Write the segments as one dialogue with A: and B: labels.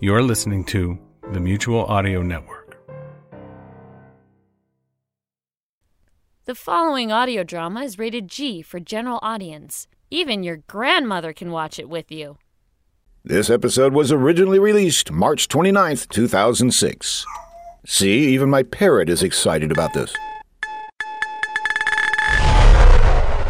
A: You're listening to the Mutual Audio Network.
B: The following audio drama is rated G for general audience. Even your grandmother can watch it with you.
C: This episode was originally released March 29th, 2006. See, even my parrot is excited about this.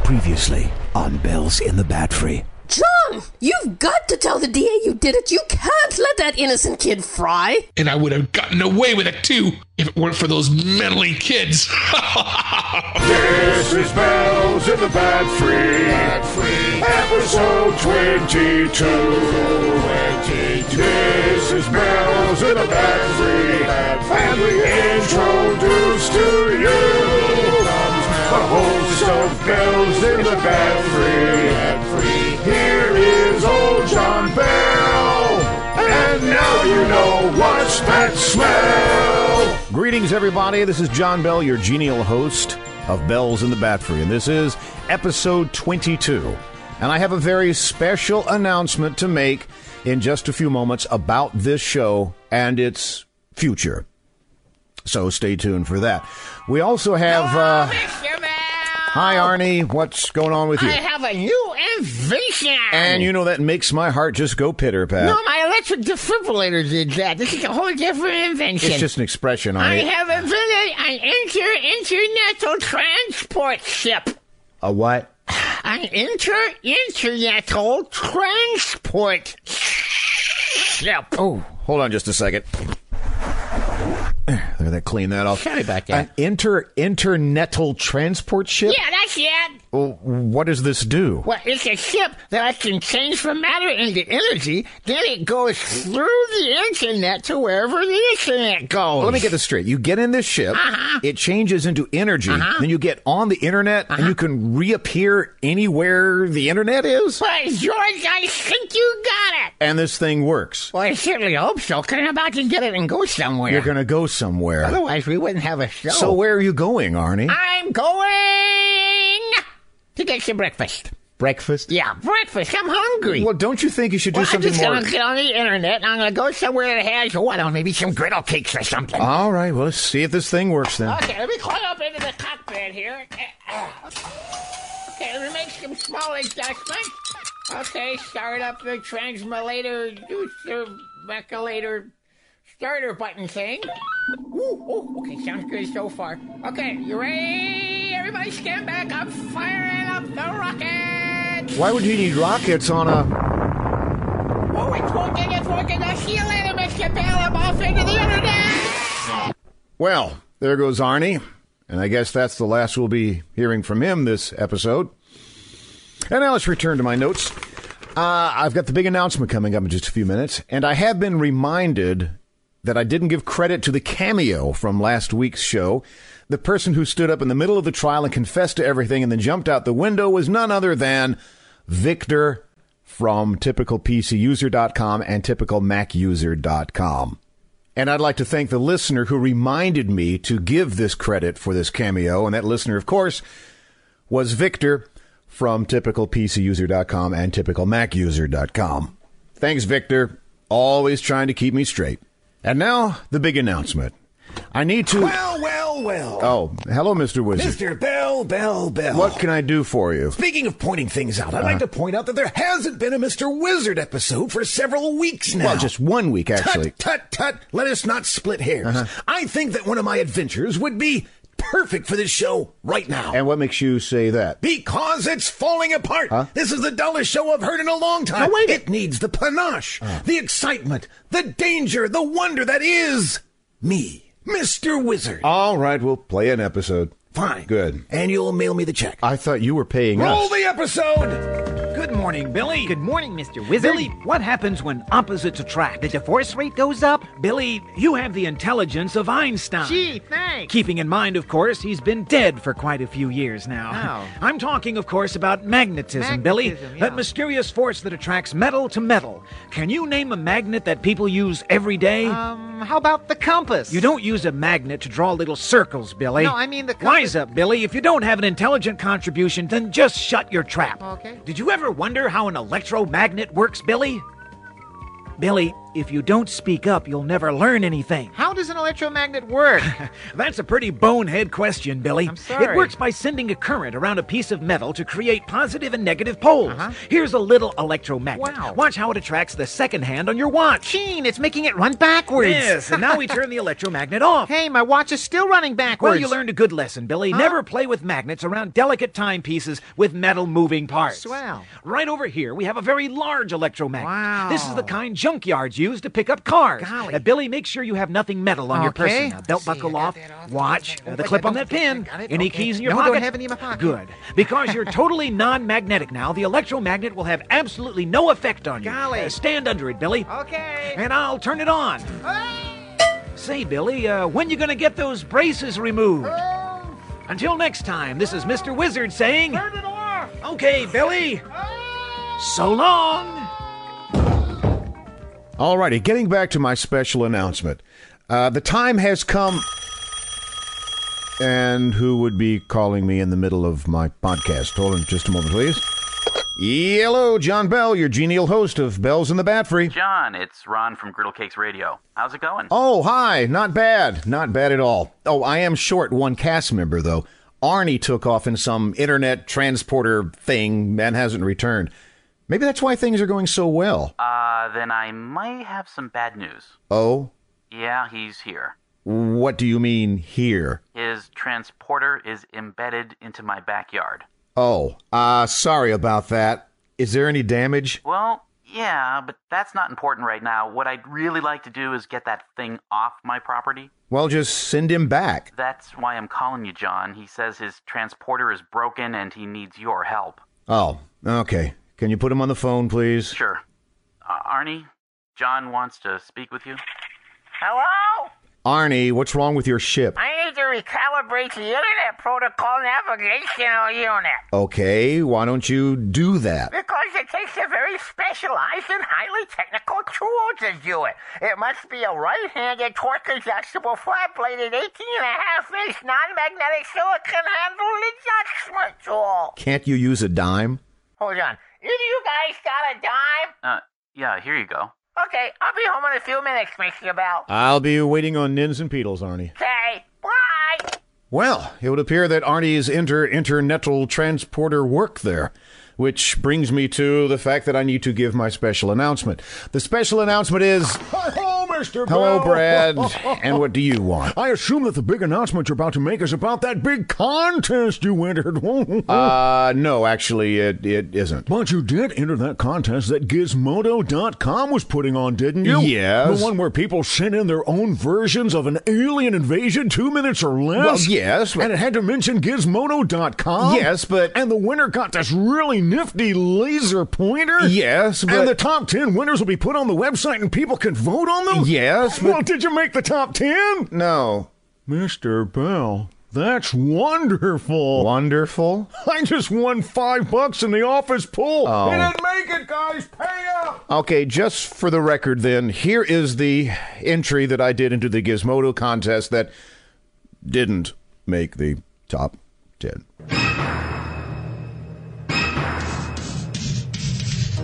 D: Previously on Bells in the Bat Free.
E: John, you've got to tell the DA you did it. You can't let that innocent kid fry.
F: and I would have gotten away with it too if it weren't for those meddling kids.
G: This is Bells in the Bad Free. Episode 22. This is Bells in the Bad Free. And we introduce to you the host of Bells in the Bad Free. Here is old John Bell. And now you know what's that smell.
C: Greetings, everybody. This is John Bell, your genial host of Bells in the Bat Free, and this is episode 22. And I have a very special announcement to make in just a few moments about this show and its future. So stay tuned for that. We also have. Uh,
H: Oh,
C: hi, Arnie. What's going on with you?
H: I have a new invention.
C: And you know that makes my heart just go pitter pat.
H: No, my electric defibrillator did that. This is a whole different invention.
C: it's just an expression,
H: I
C: Arnie.
H: have invented an inter international transport ship.
C: a what?
H: An inter international transport ship.
C: Oh, hold on just a second. There, that cleaned that off.
H: Sorry about that.
C: An inter internetal transport ship.
H: Yeah, that's it.
C: Well, what does this do?
H: Well, it's a ship that I can change from matter into energy. Then it goes through the internet to wherever the internet goes.
C: Well, let me get this straight. You get in this ship,
H: Uh-huh.
C: it changes into energy, then you get on the internet,
H: Uh-huh.
C: and you can reappear anywhere the internet is,
H: But George, I think you got it.
C: and this thing works.
H: Well, I certainly hope so, because I'm about to get it and go somewhere.
C: You're gonna go somewhere.
H: Otherwise, we wouldn't have a show.
C: So where are you going, Arnie?
H: I'm going to get some breakfast.
C: Breakfast.
H: Yeah, breakfast. I'm hungry.
C: Well, don't you think you should do
H: Well, I'm
C: something
H: just
C: more?
H: gonna get on the internet and I'm gonna go somewhere that has, oh, I don't know, maybe some griddle cakes or something.
C: All right, well, let's see if this thing works then.
H: okay, let me climb up into the cockpit here. Okay, let me make some small adjustments. Okay, start up the transmitter, reculator, starter button thing. Ooh, ooh, okay, sounds good so far. Okay, you ready? Everybody stand back. I'm firing up the rocket.
C: Why would you need rockets on a?
H: Oh, it's working, it's working. I'll see you later, Mr. Bell. I'm off into the internet.
C: Well, there goes Arnie, and I guess that's the last we'll be hearing from him this episode. And now let's return to my notes. Uh, I've got the big announcement coming up in just a few minutes, and I have been reminded that I didn't give credit to the cameo from last week's show. The person who stood up in the middle of the trial and confessed to everything and then jumped out the window was none other than Victor from typicalpcuser.com and typicalmacuser.com. And I'd like to thank the listener who reminded me to give this credit for this cameo. And that listener, of course, was Victor from typicalpcuser.com and typicalmacuser.com. Thanks, Victor. Always trying to keep me straight. And now, the big announcement. I need to.
D: Well, well, well.
C: Oh, hello, Mr. Wizard.
D: Mr. Bell, Bell, Bell.
C: What Uh-huh. can I do for you?
D: Speaking of pointing things out, I'd like to point out that there hasn't been a Mr. Wizard episode for several weeks now.
C: Well, just one week, actually. Uh-huh.
D: Tut, tut, tut. Let us not split hairs. I think that one of my adventures would be perfect for this show right now.
C: And what makes you say that?
D: because it's falling apart. This is the dullest show I've heard in a long time.
C: Now, wait a-
D: it needs the panache,
C: Uh.
D: the excitement, the danger, the wonder that is me, Mr. Wizard.
C: All right, we'll play an episode.
D: Fine.
C: Good.
D: And you'll mail me the check.
C: I thought you were paying
D: Roll
C: us.
D: the episode. Good morning, Billy.
I: Good morning, Mr. Wizard.
J: Billy, what happens when opposites attract?
I: The divorce rate goes up?
J: Billy, you have the intelligence of Einstein.
H: Gee, thanks.
J: Keeping in mind, of course, he's been dead for quite a few years now.
I: Oh.
J: I'm talking, of course, about magnetism, Billy.
I: Magnetism,
J: That
I: yeah.
J: mysterious force that attracts metal to metal. Can you name a magnet that people use every day?
I: Um, how about the compass?
J: you don't use a magnet to draw little circles, Billy.
I: No, I mean the compass-
J: Wise up, Billy. If you don't have an intelligent contribution, then just shut your trap.
I: Oh, Okay.
J: Did you ever wonder how an electromagnet works, Billy? Billy, If you don't speak up, you'll never learn anything.
I: How does an electromagnet work?
J: That's a pretty bonehead question, Billy.
I: I'm sorry.
J: It works by sending a current around a piece of metal to create positive and negative poles. Here's a little electromagnet.
I: Uh-huh. Wow.
J: Watch how it attracts the second hand on your watch.
I: Gene, it's making it run backwards.
J: Yes, and now we turn the electromagnet off.
I: Hey, my watch is still running backwards.
J: Well, you learned a good lesson, Billy. Never play with magnets around delicate timepieces with metal moving parts.
I: Swell.
J: Right over here, we have a very large electromagnet.
I: Wow.
J: This is the kind junkyards use to pick up cars.
I: Golly.
J: Uh, Billy, make sure you have nothing metal on your
I: Okay.
J: person. Now, belt
I: See, I
J: buckle
I: got
J: off,
I: that off.
J: watch,
I: Oh,
J: uh, the
I: I
J: clip on
I: don't
J: that
I: think I
J: pin,
I: got it.
J: any
I: Okay.
J: keys in your
I: No, I
J: pocket.
I: don't have any in my pocket.
J: Good. Because you're totally non-magnetic now, the electromagnet will have absolutely no effect on you.
I: Golly.
J: Uh, stand under it, Billy.
I: Okay.
J: And I'll turn it on. Say, Billy, uh, when you gonna get those braces removed?
G: Oh.
J: Until next time, this is Mr. Wizard saying. Turn it off! Okay, Billy.
G: Oh.
J: So long.
C: Alrighty, getting back to my special announcement. Uh, the time has come. And who would be calling me in the middle of my podcast? Hold on just a moment, please. Hello, John Bell, your genial host of Bells in the Bat Free.
K: John, it's Ron from Griddle Cakes Radio. How's it going?
C: Oh, hi. Not bad. Not bad at all. Oh, I am short one cast member, though. Arnie took off in some internet transporter thing and hasn't returned. Maybe that's why things are going so well.
K: Uh, then I might have some bad news.
C: Oh,
K: Yeah, he's here.
C: what do you mean here?
K: His transporter is embedded into my backyard.
C: Oh, uh, sorry about that. Is there any damage?
K: Well, yeah, but that's not important right now. What I'd really like to do is get that thing off my property.
C: Well, just send him back.
K: That's why I'm calling you, John. He says his transporter is broken and he needs your help.
C: Oh, okay. Can you put him on the phone, please?
K: Sure. Uh, Arnie, John wants to speak with you.
H: Hello?
C: Arnie, what's wrong with your ship?
H: I need to recalibrate the internet protocol navigational unit.
C: Okay, why don't you do that?
H: Because it takes a very specialized and highly technical tool to do it. It must be a right-handed torque adjustable flat-bladed 18 and a half inch non-magnetic silicon handled adjustment tool.
C: Can't you use a dime?
H: Hold on. Either you guys got a dime?
K: Uh, yeah, here you go.
H: Okay, I'll be home in a few minutes, Mr. Bell.
C: I'll be waiting on nins and Peedles, Arnie.
H: Okay, bye.
C: Well, it would appear that Arnie's inter internetal transporter work there, which brings me to the fact that I need to give my special announcement. The special announcement is
G: Hello, Mr.
C: Hello,
G: Bell.
C: Brad. and what do you want?
G: I assume that the big announcement you're about to make is about that big contest you entered.
C: Uh, no, actually, it, it isn't.
G: but you did enter that contest that Gizmodo.com was putting on, didn't you?
C: Yes.
G: The one where people sent in their own versions of an alien invasion, two minutes or less?
C: Well, yes, but-
G: And it had to mention Gizmodo.com?
C: Yes, but-
G: And the winner got this really nifty laser pointer?
C: Yes, but-
G: And the top 10 winners will be put on the website and people can vote on them?
C: Yes, but-
G: Well, did you make the top 10?
C: No.
G: Mr. Bell, that's wonderful.
C: Wonderful.
G: I just won five bucks in the office pool.
C: Oh.
G: He didn't make it, guys. Pay up.
C: Okay, just for the record, then, here is the entry that I did into the Gizmodo contest that didn't make the top 10.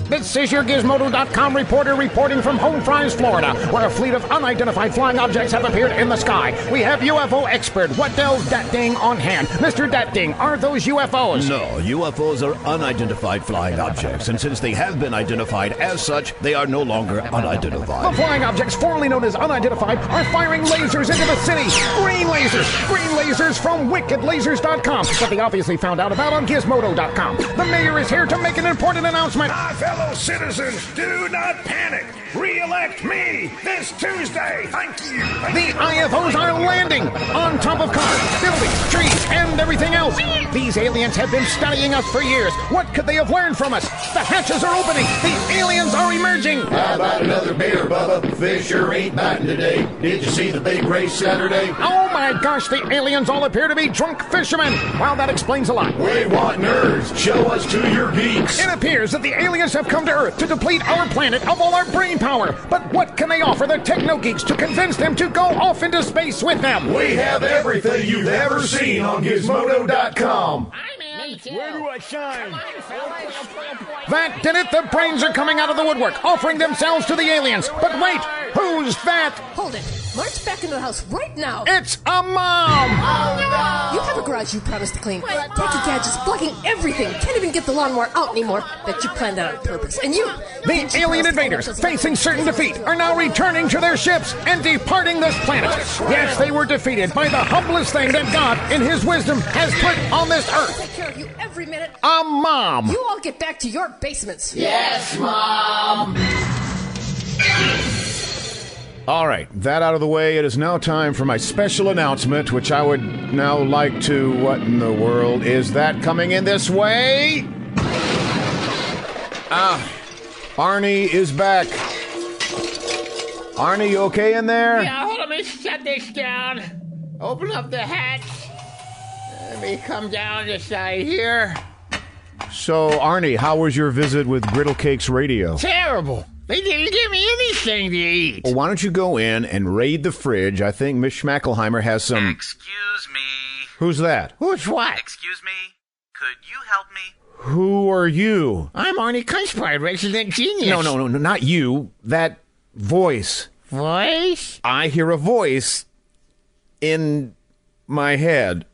D: This is your Gizmodo.com reporter reporting from Home Fries, Florida, where a fleet of unidentified flying objects have appeared in the sky. We have UFO expert Waddell Datding on hand. Mr. Datding, are those UFOs?
L: No, UFOs are unidentified flying objects, and since they have been identified as such, they are no longer
D: The
L: unidentified.
D: flying objects, formerly known as unidentified, are firing lasers into the city. Green lasers, green lasers from wickedlasers.com that they obviously found out about on gizmodo.com. The mayor is here to make an important announcement.
G: My fellow citizens, do not panic. Re-elect me this Tuesday. Thank you.
D: The IFOs are landing on top of cars, buildings, trees, and everything else. These aliens have been studying us for years. What could they have learned from us? The hatches are opening. The aliens are emerging.
L: How about another beer, Bubba? Fisher ain't biting today. Did you see the big race Saturday?
D: Oh my gosh, the aliens all appear to be drunk fishermen. Wow, that explains a lot.
L: We want nerds. Show us to your geeks.
D: It appears that the aliens have come to Earth to deplete our planet of all our brain power. But what can they offer the techno geeks to convince them to go off into space with them?
L: We have everything you've ever seen on Gizmodo.com.
H: Hi, man. 22.
D: Where do I
H: sign? Come on, fellas.
D: That did it! The brains are coming out of the woodwork, offering themselves to the aliens. But wait, who's that?
E: Hold it. March back into the house right now.
D: It's a mom!
E: You have a garage you promised to clean. Take your gadgets, blocking everything. Can't even get the lawnmower out anymore. Bet you planned that on purpose. And you.
D: The alien invaders, facing certain defeat, are now returning to their ships and departing this planet. Yes, they were defeated by the humblest thing that God, in His wisdom, has put on this earth
E: Take care of you every minute.
D: a
L: Um,
D: mom!
E: You all get back to your basements.
H: Yes, Mom.
C: All right, that out of the way, it is now time for my special announcement, which I would now like to. What in the world is that coming in this way? Ah, Arnie is back. Arnie, you okay in there?
H: Yeah, hold on, let me shut this down. Open up the hatch. Let me come down this side here.
C: So, Arnie, how was your visit with Griddle Cakes Radio?
H: Terrible. They didn't give me anything to eat.
C: Well, why don't you go in and raid the fridge? I think Miss Schmackelheimer has some.
K: Excuse me.
C: Who's that?
H: Who's what?
K: Excuse me. Could you help me?
C: Who are you?
H: I'm Arnie Kunstpride, resident genius.
C: No, no, no, no, not you. That voice.
H: Voice?
C: I hear a voice in my head.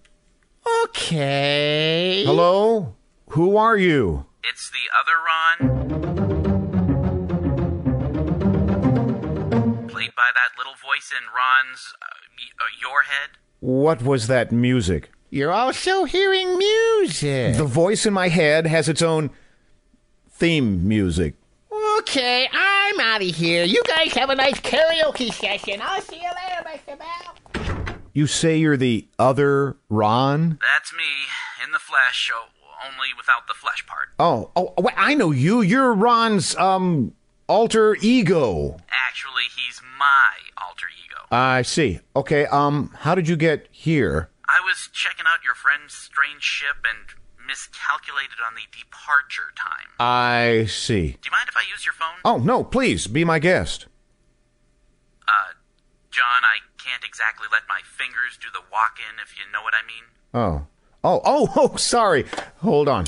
H: Okay.
C: Hello? Who are you?
K: It's the other Ron. Played by that little voice in Ron's. Uh, y- uh, your head?
C: What was that music?
H: You're also hearing music.
C: The voice in my head has its own theme music.
H: Okay, I'm out of here. You guys have a nice karaoke session. I'll see you later, Mr. Bell.
C: You say you're the other Ron?
K: That's me, in the flesh, oh, only without the flesh part.
C: Oh, oh, wait, I know you. You're Ron's um alter ego.
K: Actually, he's my alter ego.
C: I see. Okay, um how did you get here?
K: I was checking out your friend's strange ship and miscalculated on the departure time.
C: I see.
K: Do you mind if I use your phone?
C: Oh, no, please be my guest.
K: Uh, John, I can't exactly let my fingers do the walk in, if you know what I mean.
C: Oh. Oh, oh, oh, sorry. Hold on.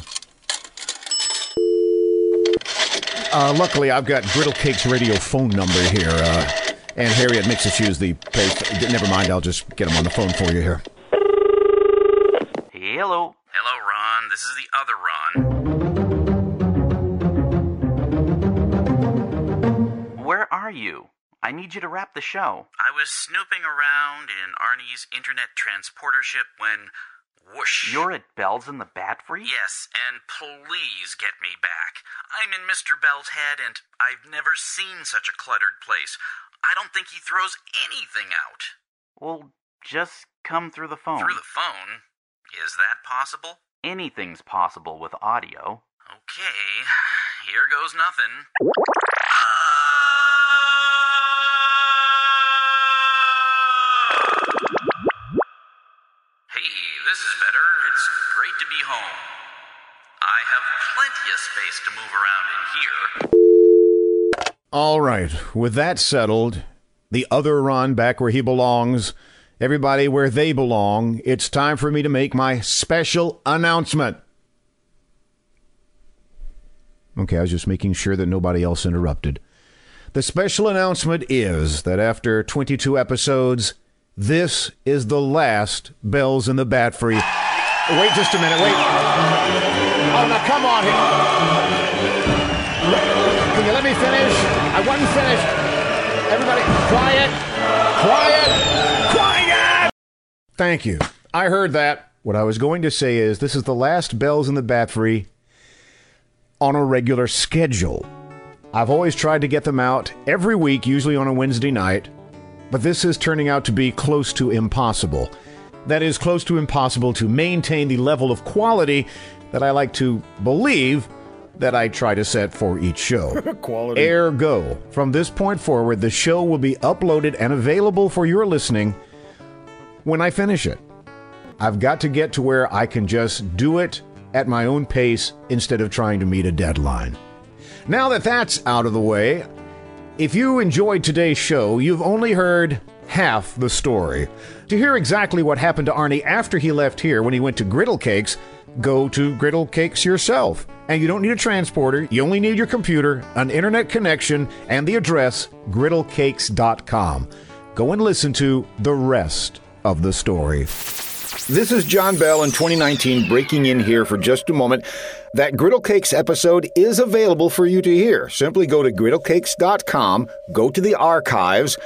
C: Uh, luckily, I've got Griddle Cakes radio phone number here. Uh, and Harriet makes us use the pay. Never mind, I'll just get him on the phone for you here.
K: Hello. Hello, Ron. This is the other Ron. Where are you? I need you to wrap the show. I was snooping around in Arnie's internet transporter ship when. Whoosh. You're at Bell's in the Bat Free? Yes, and please get me back. I'm in Mr. Bell's head, and I've never seen such a cluttered place. I don't think he throws anything out. Well, just come through the phone. Through the phone? Is that possible? Anything's possible with audio. Okay, here goes nothing. Hey, this is better. It's great to be home. I have plenty of space to move around in here.
C: All right. With that settled, the other Ron back where he belongs, everybody where they belong, it's time for me to make my special announcement. Okay, I was just making sure that nobody else interrupted. The special announcement is that after 22 episodes, this is the last Bells in the Bat Free. Wait just a minute. Wait. Oh, now come on here. Can you let me finish? I wasn't finished. Everybody, quiet. Quiet. Quiet. Thank you. I heard that. What I was going to say is this is the last Bells in the Bat Free on a regular schedule. I've always tried to get them out every week, usually on a Wednesday night, but this is turning out to be close to impossible. That is close to impossible to maintain the level of quality that I like to believe that I try to set for each show. quality. Ergo, from this point forward, the show will be uploaded and available for your listening when I finish it. I've got to get to where I can just do it at my own pace instead of trying to meet a deadline. Now that that's out of the way, if you enjoyed today's show, you've only heard half the story. To hear exactly what happened to Arnie after he left here when he went to Griddle Cakes, go to Griddle Cakes yourself. And you don't need a transporter, you only need your computer, an internet connection, and the address griddlecakes.com. Go and listen to the rest of the story.
M: This is John Bell in 2019 breaking in here for just a moment. That Griddle Cakes episode is available for you to hear. Simply go to griddlecakes.com, go to the archives,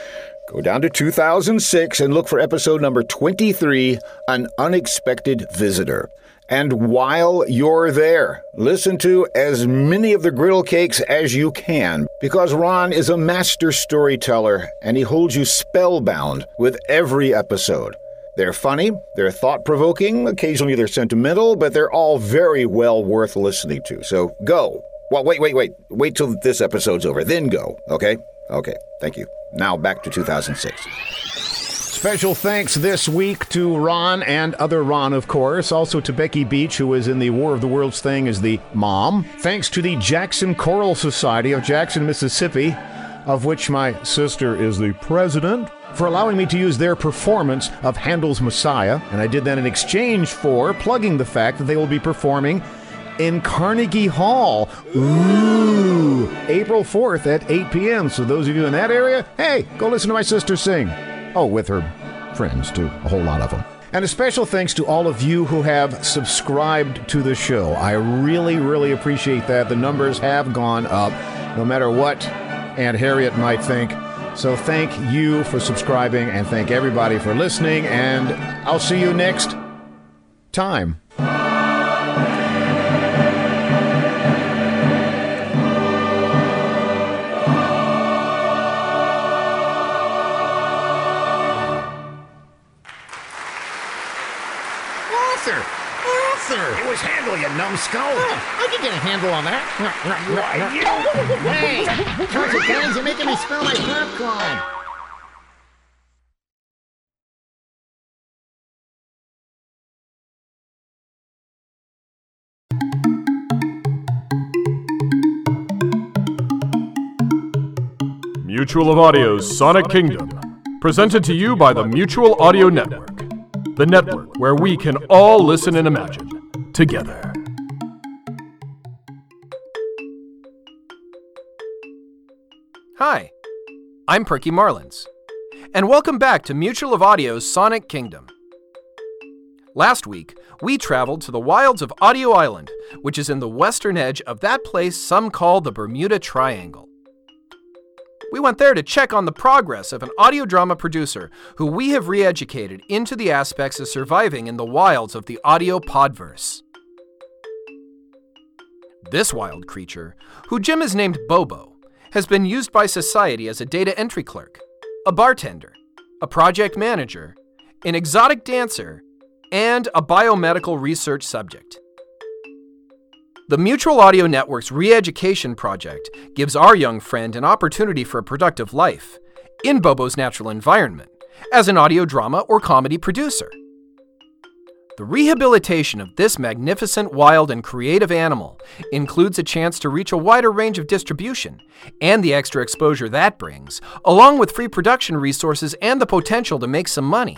M: go down to 2006 and look for episode number 23, An Unexpected Visitor. And while you're there, listen to as many of the griddle cakes as you can, because Ron is a master storyteller and he holds you spellbound with every episode. They're funny, they're thought provoking, occasionally they're sentimental, but they're all very well worth listening to. So go. Well, wait, wait, wait. Wait till this episode's over, then go, okay? Okay, thank you. Now back to 2006.
C: Special thanks this week to Ron and other Ron, of course. Also to Becky Beach, who is in the War of the Worlds thing as the mom. Thanks to the Jackson Choral Society of Jackson, Mississippi, of which my sister is the president, for allowing me to use their performance of Handel's Messiah. And I did that in exchange for plugging the fact that they will be performing in Carnegie Hall. Ooh, April 4th at 8 p.m. So those of you in that area, hey, go listen to my sister sing. Oh, with her friends too, a whole lot of them. And a special thanks to all of you who have subscribed to the show. I really, really appreciate that. The numbers have gone up, no matter what Aunt Harriet might think. So thank you for subscribing and thank everybody for listening. And I'll see you next time.
N: Arthur! Arthur! It was Handle, you numbskull! I could get a handle on that. Hey! Count your bands, you're making me spill my popcorn!
O: Mutual of Audio's Sonic Kingdom, presented to you by the Mutual Audio Network, the network where we can all listen and imagine together.
D: Hi, I'm Perky Marlins, and welcome back to Mutual of Audio's Sonic Kingdom. Last week, we traveled to the wilds of Audio Island, which is in the western edge of that place some call the Bermuda Triangle. We went there to check on the progress of an audio drama producer who we have re educated into the aspects of surviving in the wilds of the audio podverse. This wild creature, who Jim has named Bobo, has been used by society as a data entry clerk, a bartender, a project manager, an exotic dancer, and a biomedical research subject. The Mutual Audio Network's re education project gives our young friend an opportunity for a productive life in Bobo's natural environment as an audio drama or comedy producer. The rehabilitation of this magnificent, wild, and creative animal includes a chance to reach a wider range of distribution and the extra exposure that brings, along with free production resources and the potential to make some money.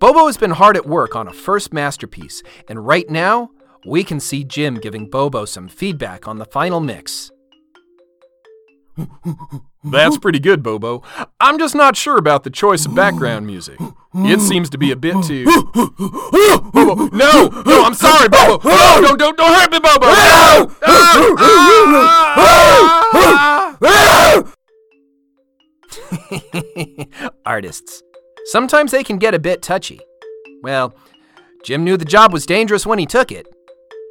D: Bobo has been hard at work on a first masterpiece, and right now, we can see Jim giving Bobo some feedback on the final mix.
O: That's pretty good, Bobo. I'm just not sure about the choice of background music. It seems to be a bit too. Bobo, no, no, I'm sorry, Bobo. No, don't, don't, don't hurt me, Bobo. No! Ah! Ah!
D: Artists. Sometimes they can get a bit touchy. Well, Jim knew the job was dangerous when he took it.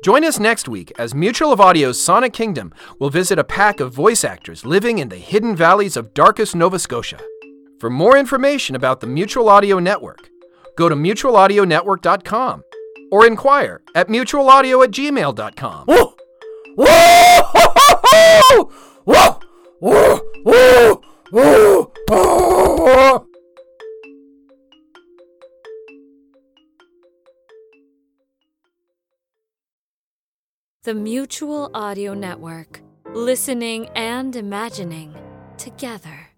D: Join us next week as Mutual of Audio's Sonic Kingdom will visit a pack of voice actors living in the hidden valleys of darkest Nova Scotia. For more information about the Mutual Audio Network, go to mutualaudionetwork.com or inquire at mutualaudio at gmail.com. Whoa! Whoa! Whoa! Whoa! Whoa! Whoa! Whoa!
B: The Mutual Audio Network. Listening and imagining together.